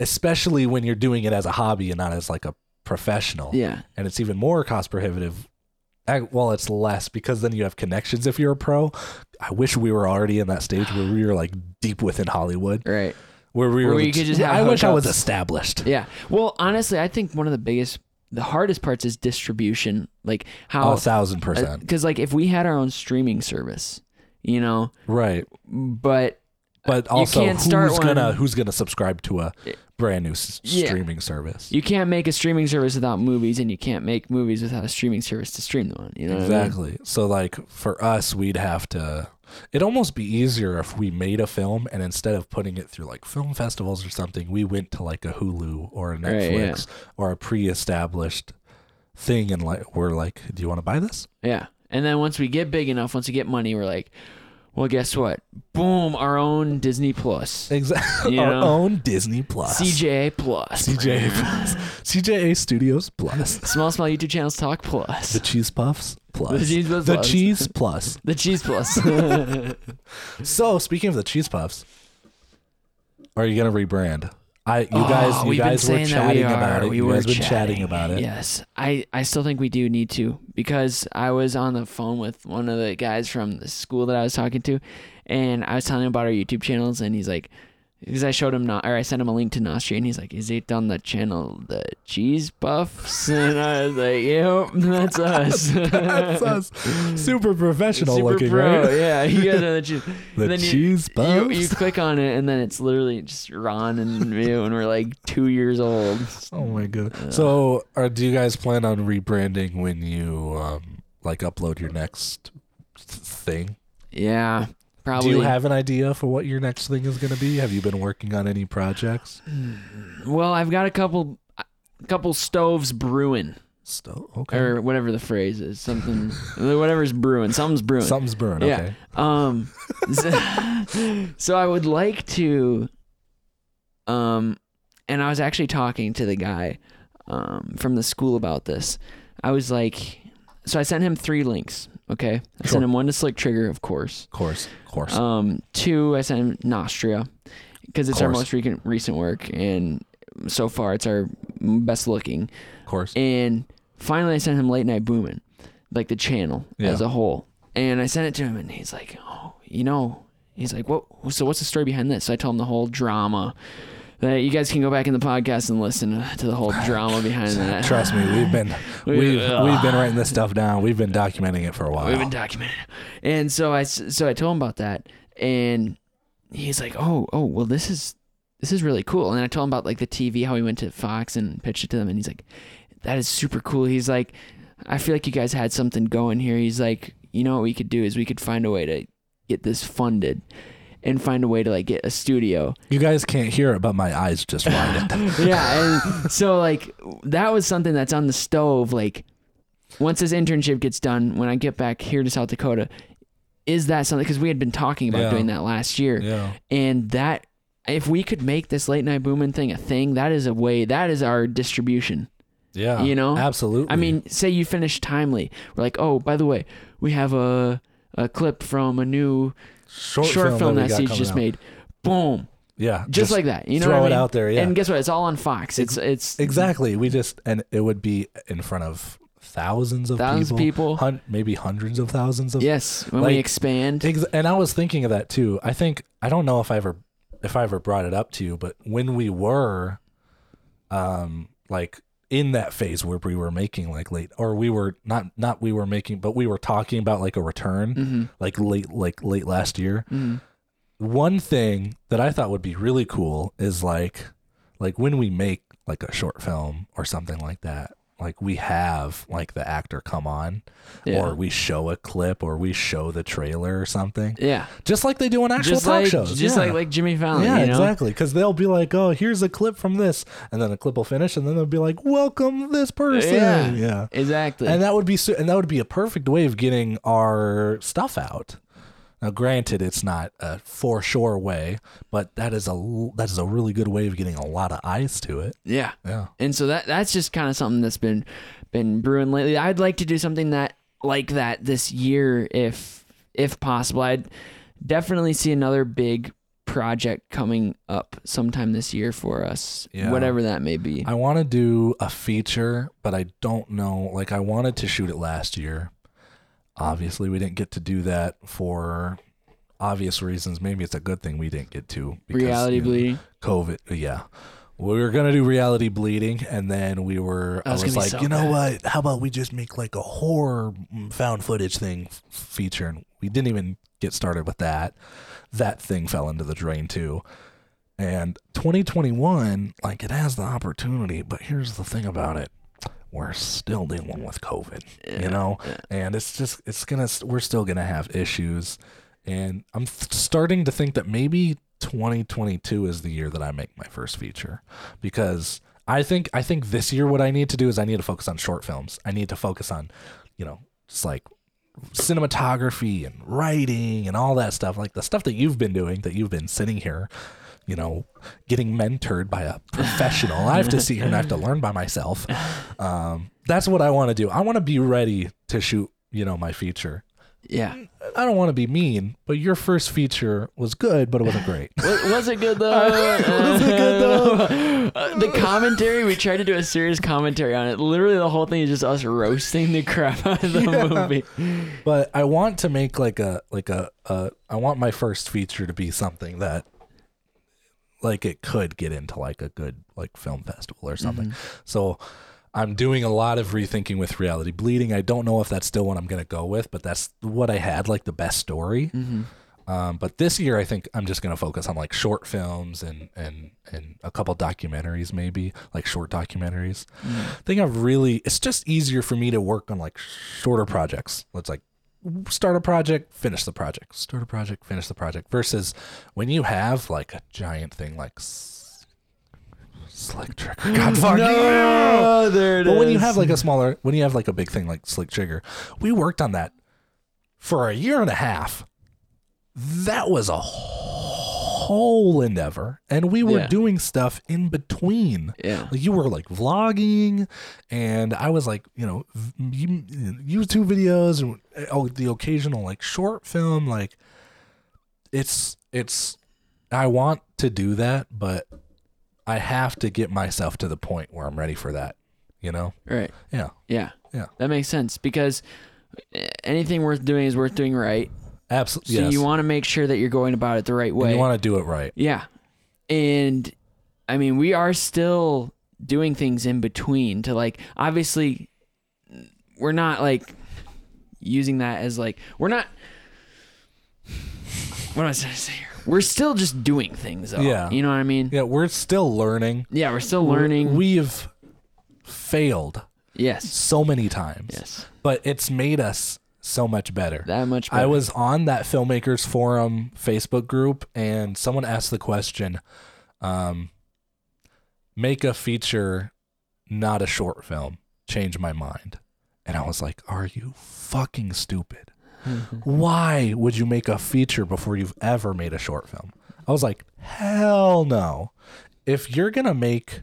A: especially when you're doing it as a hobby and not as like a professional.
B: Yeah.
A: And it's even more cost prohibitive. I, well, it's less because then you have connections if you're a pro. I wish we were already in that stage where we were like deep within Hollywood,
B: Right.
A: where we were.
B: Where you
A: leg-
B: could just
A: I
B: have
A: wish I was
B: hookups.
A: established.
B: Yeah. Well, honestly, I think one of the biggest, the hardest parts is distribution. Like how,
A: Oh, thousand percent.
B: because like if we had our own streaming service, Uh, you know,
A: right.
B: but
A: But also,
B: can't start
A: who's gonna
B: one-
A: who's gonna subscribe to a brand new s-
B: Yeah.
A: streaming service?
B: you can't make a streaming service without movies, and you can't make movies without a streaming service to stream them on. You know what I mean?
A: Exactly. So like for us, we'd have to. It'd almost be easier if we made a film and instead of putting it through like film festivals or something, we went to like a Hulu or a
B: Right, yeah.
A: Netflix or a pre-established thing, and like we're like, "Do you want to buy this?"
B: Yeah. And then once we get big enough, once we get money, we're like, well, guess what? Boom, our own Disney Plus,
A: Exactly.
B: You
A: Our
B: know?
A: own Disney Plus.
B: CJA Plus,
A: CJA Plus. CJA Studios Plus.
B: Small Small YouTube Channels Talk
A: The
B: Plus.
A: cheese puffs. plus.
B: The cheese plus
A: The
B: plus.
A: cheese plus.
B: The cheese plus.
A: So speaking of the cheese puffs, are you gonna rebrand? I you guys
B: Oh,
A: you
B: we've been
A: guys were
B: saying that we
A: chatting about
B: are.
A: it.
B: We
A: you
B: were
A: guys been chatting about it.
B: Yes, I, I still think we do need to because I was on the phone with one of the guys from the school that I was talking to, and I was telling him about our YouTube channels, and he's like, because I showed him not, or I sent him a link to Nostri, and he's like, "Is it on the channel the cheese buffs?" And I was like, "Yep, that's us."
A: That's us. Super professional
B: Super
A: looking,
B: pro,
A: right?
B: yeah. You guys are the cheese.
A: The
B: then you-
A: cheese
B: You,
A: puffs.
B: you click on it, and then it's literally just Ron and me, and we're like two years old.
A: oh my god. So, are, do you guys plan on rebranding when you um, like upload your next th- thing?
B: Yeah, probably.
A: Do you have an idea for what your next thing is going to be? Have you been working on any projects?
B: well, I've got a couple, a couple stoves brewing,
A: Still, okay.
B: or whatever the phrase is. Something, whatever's brewing. Something's brewing.
A: Something's brewing.
B: Yeah.
A: Okay.
B: Um. so, so I would like to. Um, and I was actually talking to the guy, um, from the school about this. I was like, so I sent him three links. Okay, I
A: Sure.
B: sent him one to Slick Trigger, of course.
A: Course, course.
B: Um, two, I sent him Nostria because it's our
A: Course.
B: most recent recent work, and so far it's our best looking.
A: course.
B: And finally, I sent him Late Night Boomin', like the channel
A: Yeah.
B: as a whole. And I sent it to him, and he's like, "Oh, you know," he's like, "What? So what's the story behind this?" So I told him the whole drama. That you guys can go back in the podcast and listen to the whole drama behind that.
A: Trust me, we've been
B: We- uh,
A: we've we've been writing this stuff down. We've been documenting it for a while.
B: We've been documented. And so I s- so I told him about that, and he's like, "Oh, oh, well, this is this is really cool." And I told him about like the TV, how he went to Fox and pitched it to them, and he's like, "That is super cool." He's like, "I feel like you guys had something going here." He's like, "You know what we could do is we could find a way to get this funded." And find a way to like get a studio.
A: you guys can't hear it, but my eyes just widened.
B: Yeah. And so like that was something that's on the stove. Like once this internship gets done, when I get back here to South Dakota, is that something? Because we had been talking about
A: Yeah.
B: doing that last year,
A: yeah.
B: and that if we could make this late night booming thing a thing, that is a way. That is our distribution.
A: Yeah.
B: You know?
A: Absolutely.
B: I mean, say you finish timely. We're like, oh, by the way, we have a a clip from a new
A: short,
B: short film,
A: we
B: that
A: got
B: Siege
A: coming
B: just
A: out.
B: made. Boom,
A: Yeah.
B: just, like that. You know,
A: throw
B: what I
A: it
B: mean?
A: out there. Yeah.
B: And guess what? It's all on Fox. It's it's
A: exactly. We just and it would be in front of thousands of
B: Thousands of people.
A: hun- maybe hundreds of thousands of
B: Yes, when
A: Like-
B: we expand.
A: Ex- and I was thinking of that too. I think I don't know if I ever if I ever brought it up to you, but when we were um like in that phase where we were making like late or we were not not we were making but we were talking about like a return like late like late last year. One thing that I thought would be really cool is like like when we make like a short film or something like that, like we have like the actor come on
B: Yeah.
A: or we show a clip or we show the trailer or something.
B: yeah.
A: Just like they do on actual
B: Just
A: talk
B: like
A: shows.
B: just
A: yeah.
B: like like Jimmy Fallon,
A: yeah,
B: you know.
A: exactly. Because they'll be like, "Oh, here's a clip from this," and then the clip will finish, and then they'll be like, "Welcome this person."
B: Yeah.
A: yeah.
B: Exactly.
A: And that would be su- and that would be a perfect way of getting our stuff out. Now, granted, it's not a for sure way, but that is a l- that is a really good way of getting a lot of eyes to it.
B: yeah.
A: Yeah.
B: And so that that's just kind of something that's been been brewing lately. I'd like to do something that like that this year if if possible. I'd definitely see another big project coming up sometime this year for us.
A: Yeah.
B: Whatever that may be.
A: I want to do a feature, but I don't know. Like, I wanted to shoot it last year. Obviously, we didn't get to do that for obvious reasons. Maybe it's a good thing we didn't get to. Because,
B: Reality
A: you know,
B: bleeding.
A: COVID. Yeah. We were going to do reality bleeding. And then we were, I
B: That was
A: was,
B: gonna
A: like,
B: be so
A: you know what? How about we just make like a horror mm, found footage thing f- feature? And we didn't even get started with that. That thing fell into the drain too. And 2021, like it has the opportunity, but here's the thing about it. We're still dealing with COVID, you know, and it's just, it's gonna, we're still gonna have issues. And I'm th- starting to think that maybe 2022 is the year that I make my first feature because I think, I think this year what I need to do is I need to focus on short films. I need to focus on, you know, just like cinematography and writing and all that stuff, like the stuff that you've been doing, that you've been sitting here, you know, getting mentored by a professional. I have to sit here and I have to learn by myself. Um, that's what I want to do. I want to be ready to shoot you know, my feature.
B: Yeah.
A: I don't want to be mean, but your first feature was good, but it wasn't great.
B: Was, was it good though? was it good though? the commentary, we tried to do a serious commentary on it. Literally, the whole thing is just us roasting the crap out of the movie.
A: but I want to make like a like a uh, I want my first feature to be something that like it could get into like a good like film festival or something. So I'm doing a lot of rethinking with reality bleeding. I don't know if that's still what I'm gonna go with, but that's what I had like the best story. Um, but this year, I think I'm just gonna focus on like short films and and and a couple documentaries, maybe like short documentaries. I think I've really it's just easier for me to work on like shorter projects. Let's like start a project, finish the project, start a project, finish the project. Versus when you have like a giant thing like S- Slick Trigger, God fuck no!
B: Oh, there it is.
A: But when you have like a smaller, when you have like a big thing like Slick Trigger, we worked on that for a year and a half. That was a whole endeavor, and we were
B: Yeah.
A: doing stuff in between.
B: Yeah.
A: Like you were like vlogging, and I was like, you know, v- YouTube videos and uh, oh, the occasional like short film. Like, it's it's. I want to do that, but I have to get myself to the point where I'm ready for that. You know?
B: right.
A: Yeah.
B: Yeah.
A: Yeah.
B: That makes sense because eh, anything worth doing is worth doing right.
A: Absolutely.
B: So you want to make sure that you're going about it the right way.
A: you want to do it right.
B: Yeah. And I mean, we are still doing things in between to like obviously we're not like using that as like we're not what am I trying to say here? We're still just doing things though.
A: Yeah.
B: You know what I mean? Yeah,
A: Yeah, we're still learning.
B: we're still learning.
A: We've failed
B: yes.
A: so many times.
B: Yes.
A: But it's made us so much better.
B: That much
A: I
B: better.
A: was on that filmmakers forum Facebook group, and someone asked the question, um, "Make a feature, not a short film." Change my mind, and I was like, "Are you fucking stupid?
B: Mm-hmm.
A: Why would you make a feature before you've ever made a short film?" I was like, "Hell no! If you're gonna make."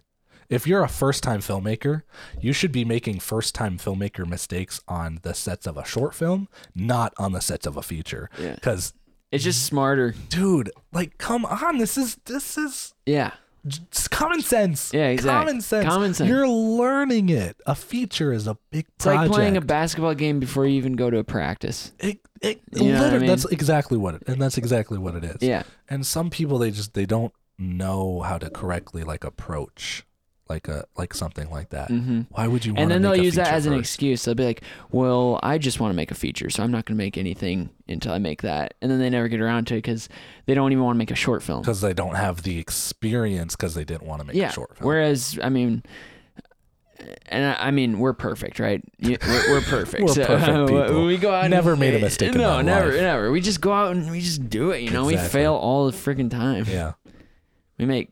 A: If you're a first time filmmaker, you should be making first time filmmaker mistakes on the sets of a short film, not on the sets of a feature.
B: Yeah.
A: Cause
B: It's just smarter.
A: dude, like come on, this is this is
B: Yeah.
A: it's common sense.
B: Yeah, exact-
A: Common sense.
B: common sense.
A: You're learning it. A feature is a big
B: It's
A: project.
B: like playing a basketball game before you even go to a practice.
A: it, it,
B: You know what I
A: literally-
B: mean?
A: That's exactly what it, and that's exactly what it is.
B: Yeah.
A: And some people they just they don't know how to correctly like approach like a like something like that. Why would you?
B: Mm-hmm. and
A: wanna
B: then they'll
A: make a
B: use that
A: feature
B: as an
A: first?
B: excuse. They'll be like, "Well, I just want to make a feature, so I'm not going to make anything until I make that." And then they never get around to it because they don't even want to make a short film.
A: because they don't have the experience because they didn't want to make
B: Yeah.
A: a short film.
B: Whereas, I mean, and I, I mean, we're perfect, right? You- We're, we're perfect.
A: We're
B: So,
A: perfect people.
B: We go out. and- eh,
A: Never made a mistake in
B: No,
A: my
B: never,
A: life.
B: never. We just go out and we just do it. You know, we
A: Exactly.
B: fail all the freaking time.
A: yeah,
B: We make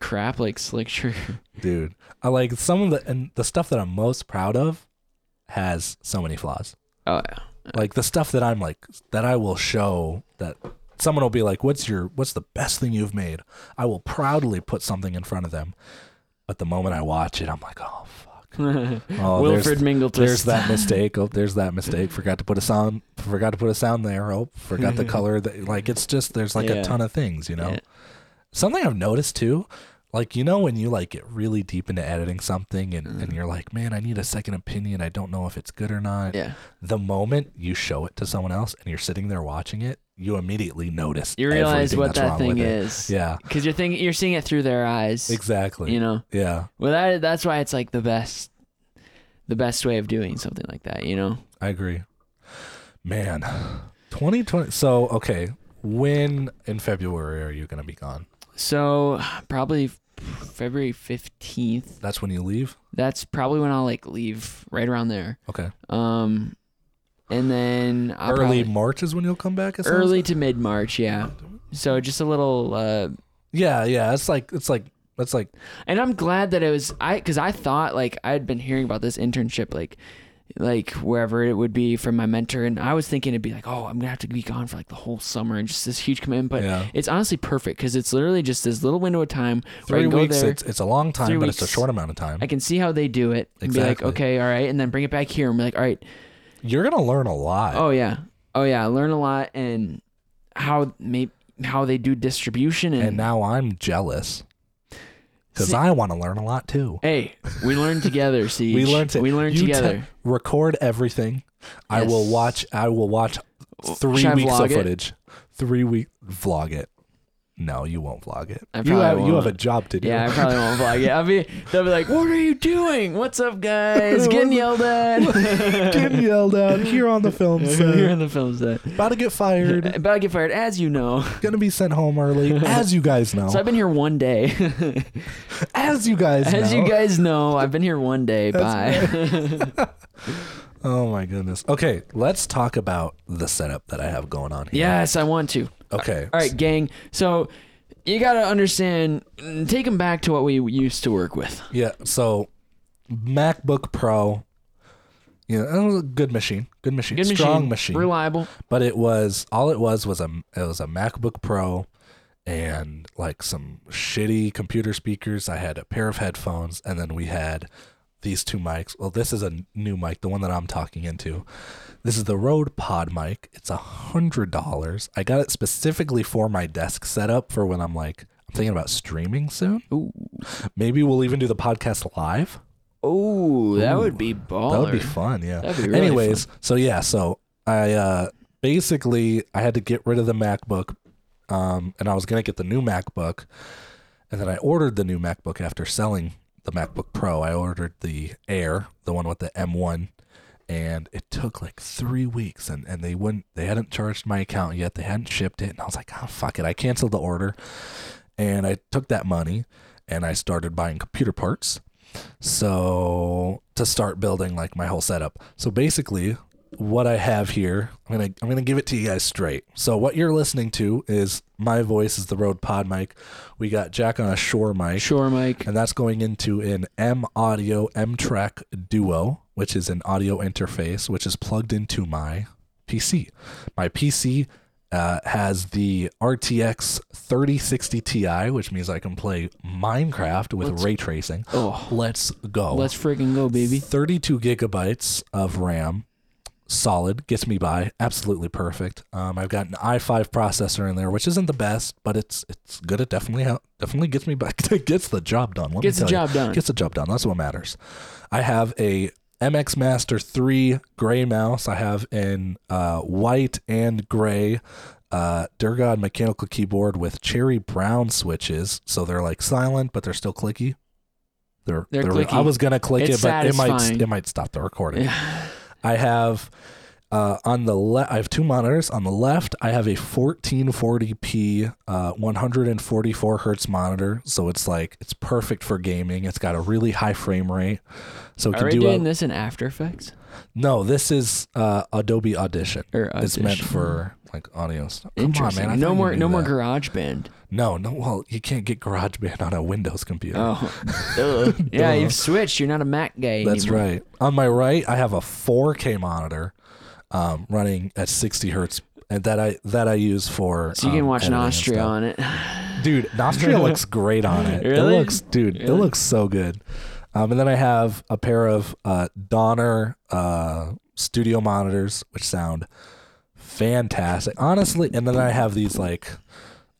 B: crap like slick Trigger.
A: dude. I like some of the and the stuff that I'm most proud of has so many flaws.
B: Oh, yeah.
A: Like the stuff that I'm like that I will show that someone will be like, "What's your what's the best thing you've made?" I will proudly put something in front of them, but the moment I watch it, I'm like, "Oh fuck." Oh,
B: Wilfred
A: there's,
B: Mingletwist.
A: there's that mistake. Oh, there's that mistake. Forgot to put a sound. Forgot to put a sound there. Oh, forgot the color. That like it's just there's like
B: Yeah.
A: a ton of things, you know.
B: Yeah.
A: Something I've noticed too, like you know when you like get really deep into editing something and,
B: Mm-hmm.
A: and you're like, man, I need a second opinion. I don't know if it's good or not.
B: Yeah.
A: The moment you show it to someone else and you're sitting there watching it, you immediately notice.
B: You realize
A: everything
B: what
A: that's
B: that
A: wrong
B: thing
A: with it.
B: is.
A: Yeah.
B: because you're thinking you're seeing it through their eyes.
A: Exactly.
B: You know,
A: Yeah,
B: well that that's why it's like the best, the best way of doing something like that. You know,
A: I agree. Man, 2020. So okay, when in February are you gonna be gone?
B: so probably f- February fifteenth.
A: That's when you leave.
B: That's probably when I'll like leave right around there.
A: Okay.
B: Um, and then I'll
A: Early
B: probably-
A: March is when you'll come back. it sounds
B: early to mid March. Yeah. So just a little. Uh,
A: Yeah, yeah. It's like it's like it's like
B: and I'm glad that it was I because I thought like I had been hearing about this internship like like wherever it would be from my mentor and I was thinking it'd be like oh I'm gonna have to be gone for like the whole summer and just this huge commitment but
A: Yeah.
B: it's honestly perfect because it's literally just this little window of time where
A: three
B: I can go
A: weeks.
B: there
A: It's it's a long
B: Three
A: time, but it's a
B: weeks.
A: short amount of time.
B: I can see how they do it and be like
A: Exactly.
B: okay all right and then bring it back here and be like all right
A: you're gonna learn a lot.
B: Oh yeah. Oh yeah. I learn a lot and how maybe how they do distribution and,
A: and now I'm jealous because
B: See-
A: I want to learn a lot too.
B: hey, we learn together. See,
A: We learned. To,
B: we learn
A: you te-
B: together.
A: record everything. I will
B: Yes.
A: watch. I will watch three
B: Should I
A: weeks
B: vlog
A: of
B: it?
A: footage. Three week vlog it. No, you won't vlog it.
B: I
A: you
B: probably
A: have you have a
B: won't.
A: job to do.
B: yeah, I probably won't vlog it. I'll be they'll be like, "What are you doing? What's up, guys? Getting yelled at."
A: getting yelled at here on the film
B: You're
A: set.
B: in the film set.
A: About to get fired.
B: About to get fired, as you know.
A: Gonna be sent home early, as you guys know.
B: So I've been here one day.
A: as you guys
B: as
A: know.
B: you guys know, I've been here one day. Bye.
A: oh my goodness. Okay, let's talk about the setup that I have going on here.
B: yes, I want to.
A: Okay.
B: All right, gang. So you got to understand, take them back to what we used to work with.
A: Yeah. So MacBook Pro, you know, it was a good machine, good machine,
B: Good
A: strong
B: machine,
A: machine.
B: reliable.
A: but it was all it was was a it was a MacBook Pro and like some shitty computer speakers. I had a pair of headphones, and then we had these two mics. Well, this is a n- new mic, the one that I'm talking into. This is the Rode Pod mic. It's a hundred dollars. I got it specifically for my desk setup for when I'm like I'm thinking about streaming soon.
B: Ooh.
A: Maybe we'll even do the podcast live.
B: Oh, that would be baller.
A: That would be fun, yeah.
B: That'd be really
A: Anyways, so yeah, so I uh basically I had to get rid of the MacBook um and I was going to get the new MacBook and then I ordered the new MacBook after selling the MacBook Pro. I ordered the Air, the one with the M1 and it took like three weeks and, and they wouldn't they hadn't charged my account yet they hadn't shipped it and i was like oh fuck it i canceled the order and i took that money and i started buying computer parts so to start building like my whole setup so basically what i have here i'm gonna i'm gonna give it to you guys straight so what you're listening to is my voice is the rode pod mic we got jack on a shore mic
B: Sure, Mike.
A: and that's going into an M Audio M Track Duo, which is an audio interface which is plugged into my PC. My PC uh, has the RTX 3060 Ti, which means I can play Minecraft with ray tracing.
B: Oh.
A: Let's go.
B: Let's freaking go, baby.
A: 32 gigabytes of RAM. Solid gets me by, absolutely perfect. Um, I've got an i5 processor in there, which isn't the best, but it's it's good. It definitely hel- definitely gets me by. It gets the job done. Let
B: Gets
A: me
B: the
A: tell you.
B: job done.
A: Gets the job done. That's what matters. I have a MX Master 3 gray mouse. I have an uh, white and gray uh, Durgod mechanical keyboard with cherry brown switches, so they're like silent, but they're still clicky. They're,
B: They're
A: I
B: clicky.
A: was gonna click
B: It's
A: it, but it might
B: satisfying.
A: it might stop the recording. I have uh, on the left. I have two monitors. On the left, I have a 1440p, uh, 144 hertz monitor. So it's like it's perfect for gaming. It's got a really high frame rate, so it
B: Are
A: can
B: we
A: do.
B: doing
A: A,
B: this in After Effects?
A: no, this is uh, Adobe Audition.
B: Or
A: It's meant
B: Audition.
A: for like audio stuff. Come on,
B: Interesting.
A: man! I thought
B: no
A: you
B: more,
A: knew
B: no more
A: that.
B: Garage Band.
A: No, no. Well, you can't get GarageBand on a Windows computer.
B: Oh, Duh. yeah, you've switched. You're not a Mac guy.
A: That's
B: anymore.
A: right. On my right, I have a 4K monitor um, running at 60 hertz, and that I that I use for.
B: So you can
A: um,
B: watch
A: editing and
B: Nostria
A: stuff.
B: on it.
A: dude. Nostria looks great on it.
B: Really?
A: It looks, dude. It looks so good. Um, and then I have a pair of uh, Donner uh, studio monitors, which sound fantastic, honestly. And then I have these like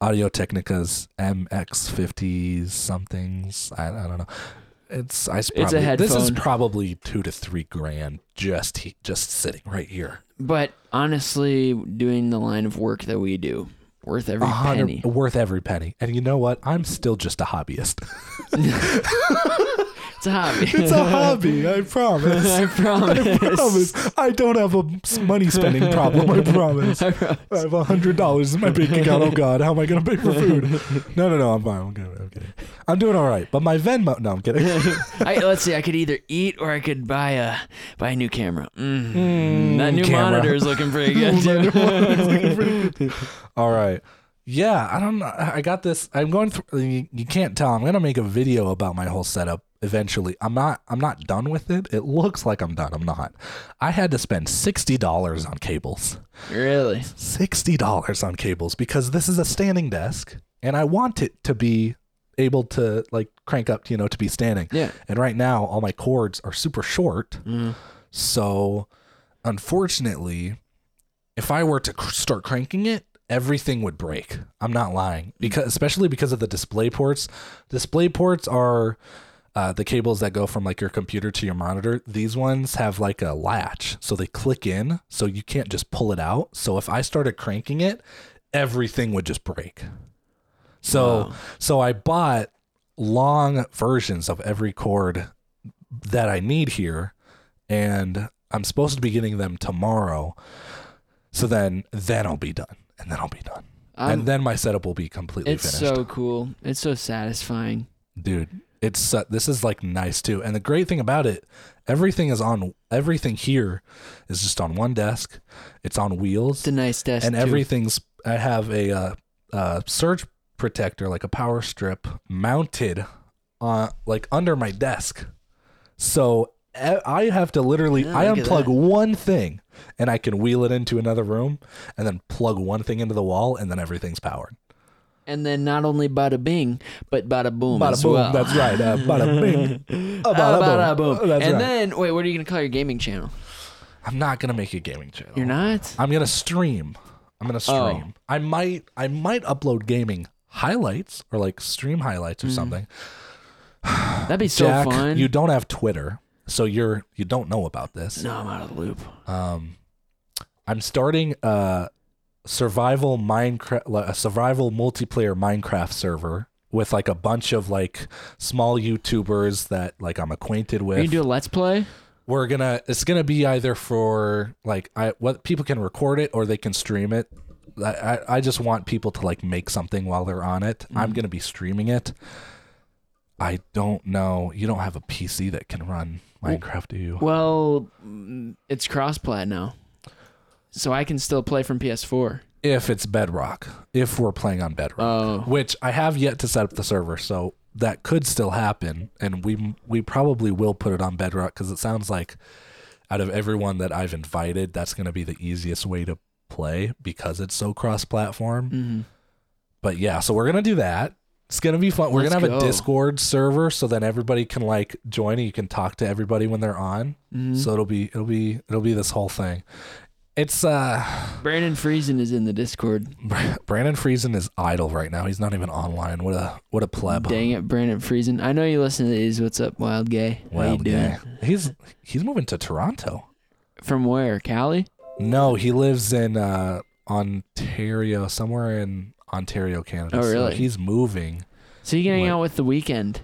A: Audio Technicas MX50 somethings. I, I don't know. It's I. Probably,
B: a
A: This is
B: headphone.
A: probably two to three grand just he, just sitting right here.
B: But honestly, doing the line of work that we do, worth every
A: A hundred-
B: penny.
A: worth every penny. And you know what? I'm still just a hobbyist.
B: It's a hobby.
A: it's a hobby. I promise.
B: I promise.
A: promise. I don't have a s- money spending problem. I promise. I have a hundred dollars in my bank account. Oh God, how am I gonna pay for food? No, no, no. I'm fine. I'm good. I'm kidding. I'm doing all right. But my Venmo. No, I'm kidding.
B: I, let's see. I could either eat or I could buy a buy a new camera. Mm. that new
A: camera.
B: monitor is looking pretty good too.
A: all right. Yeah, I don't know. I got this. I'm going through. You, you can't tell. I'm gonna make a video about my whole setup eventually. I'm not. I'm not done with it. It looks like I'm done. I'm not. I had to spend sixty dollars on cables.
B: really?
A: $60 on cables because this is a standing desk and I want it to be able to like crank up, you know, to be standing.
B: Yeah.
A: And right now all my cords are super short. So unfortunately, if I were to cr- start cranking it, everything would break. I'm not lying because especially because of the display ports. Display ports are uh, the cables that go from like your computer to your monitor. These ones have like a latch, so they click in, so you can't just pull it out. So if I started cranking it, everything would just break. So so I bought long versions of every cord that I need here and I'm supposed to be getting them tomorrow. So then then I'll be done and then I'll be done.
B: I'm-
A: and then my setup will be completely
B: it's
A: finished
B: so cool. It's so satisfying.
A: dude it's uh, this is like nice too and the great thing about it everything is on everything here is just on one desk it's on wheels
B: It's a nice desk.
A: and
B: too.
A: everything's i have a uh, uh surge protector like a power strip mounted on like under my desk so e- i have to literally
B: Yeah,
A: i
B: look at
A: unplug
B: that.
A: one thing and i can wheel it into another room and then plug one thing into the wall and then everything's powered
B: And then not only bada bing, but bada boom.
A: bada
B: as
A: boom
B: well.
A: that's right uh, bada bing Uh,
B: Ah,
A: bada boom, That's
B: and
A: right.
B: then wait, what are you gonna call your gaming channel?
A: I'm not gonna make a gaming channel.
B: You're not.
A: I'm gonna stream. I'm gonna stream. I might I might upload gaming highlights or like stream highlights or something.
B: That'd be so
A: Jack,
B: fun.
A: you don't have Twitter, so you're you don't know about this.
B: no, I'm out of the loop.
A: Um, I'm starting a survival Minecraft, like, a survival multiplayer Minecraft server with like a bunch of like small YouTubers that like I'm acquainted
B: Are you
A: with.
B: gonna do a let's play?
A: we're gonna it's gonna be either for like i what people can record it or they can stream it i i, I just want people to like make something while they're on it i'm gonna be streaming it i don't know you don't have a pc that can run minecraft do you
B: Well, mm, it's crossplay now, so I can still play from PS4.
A: if it's bedrock if we're playing on bedrock
B: Oh,
A: which i have yet to set up the server so that could still happen and we we probably will put it on bedrock because it sounds like out of everyone that I've invited, that's going to be the easiest way to play because it's so cross platform.
B: Mm-hmm.
A: But yeah, so we're going to do that. It's going to be fun. We're going
B: Let's
A: to have
B: go.
A: a Discord server so then everybody can like join and you can talk to everybody when they're on.
B: Mm-hmm.
A: So it'll be it'll be it'll be this whole thing. It's uh
B: Brandon Friesen is in the Discord.
A: Brandon Friesen is idle right now. He's not even online. What a what a pleb.
B: Dang it, Brandon Friesen. I know you listen to these. What's up, Wild Gay? How you
A: Wild
B: doing?
A: guy. He's he's moving to Toronto.
B: From where? Cali?
A: No, he lives in uh, Ontario, somewhere in Ontario, Canada.
B: Oh,
A: So
B: really?
A: he's moving.
B: So you can hang
A: What?
B: out with the weekend.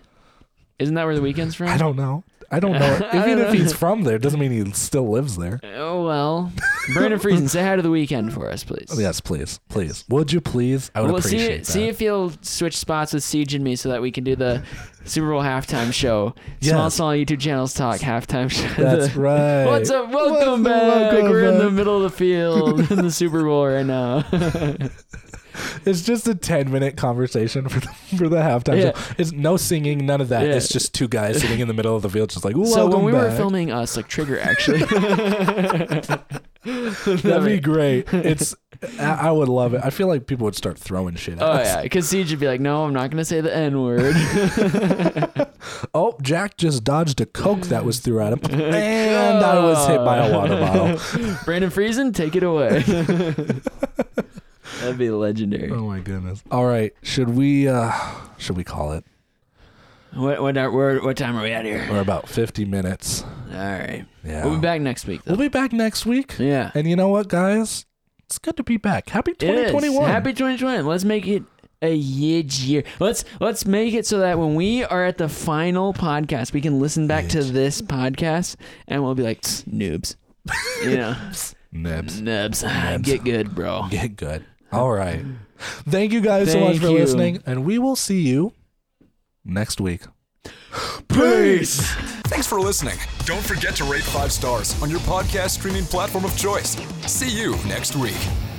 B: Isn't that where the weekend's from?
A: I don't know. I don't know.
B: I
A: Even
B: don't
A: if he's from there, doesn't mean he still lives there.
B: Oh well. Brandon Friesen, say hi to the weekend for us, please.
A: Oh, Yes, please, please. Would you please? I would
B: Well, see,
A: appreciate that.
B: see if you'll switch spots with Siege and me so that we can do the Super Bowl halftime show. Small,
A: Yes.
B: small YouTube channels talk halftime show.
A: That's right.
B: What's up? Welcome
A: What's up?
B: back.
A: Welcome
B: We're in the
A: back.
B: middle of the field in the Super Bowl right now.
A: It's just a ten-minute conversation for the, for the halftime
B: Yeah.
A: show. It's no singing, none of that.
B: Yeah.
A: It's just two guys sitting in the middle of the field, just like welcome
B: so when we were
A: back."
B: filming us, like Trigger actually.
A: That'd be great. It's I, I would love it. I feel like people would start throwing shit. At
B: Oh
A: us.
B: yeah, because Siege would be like, "No, I'm not gonna say the N word."
A: Oh, Jack just dodged a Coke that was threw at him. And I was hit by a water bottle.
B: Brandon Friesen, take it away. That'd be legendary.
A: Oh my goodness. All right. Should we uh should we call it?
B: What what are, where, what time are we at here?
A: We're about fifty minutes.
B: All right,
A: Yeah.
B: we'll be back next week.
A: We'll
B: Though.
A: be back next week.
B: Yeah,
A: And you know what, guys? It's good to be back. Happy
B: It is.
A: twenty twenty one.
B: Happy 2021. Let's make it a year year. Let's let's make it so that when we are at the final podcast, we can listen back to this podcast and we'll be like "Tsk, noobs. You know,
A: Nibs.
B: noobs. Get good, bro.
A: Get good. All right. Thank you guys so much
B: Thank
A: for
B: you.
A: listening. And we will see you next week.
B: Peace.
C: Thanks for listening. Don't forget to rate five stars on your podcast streaming platform of choice. See you next week.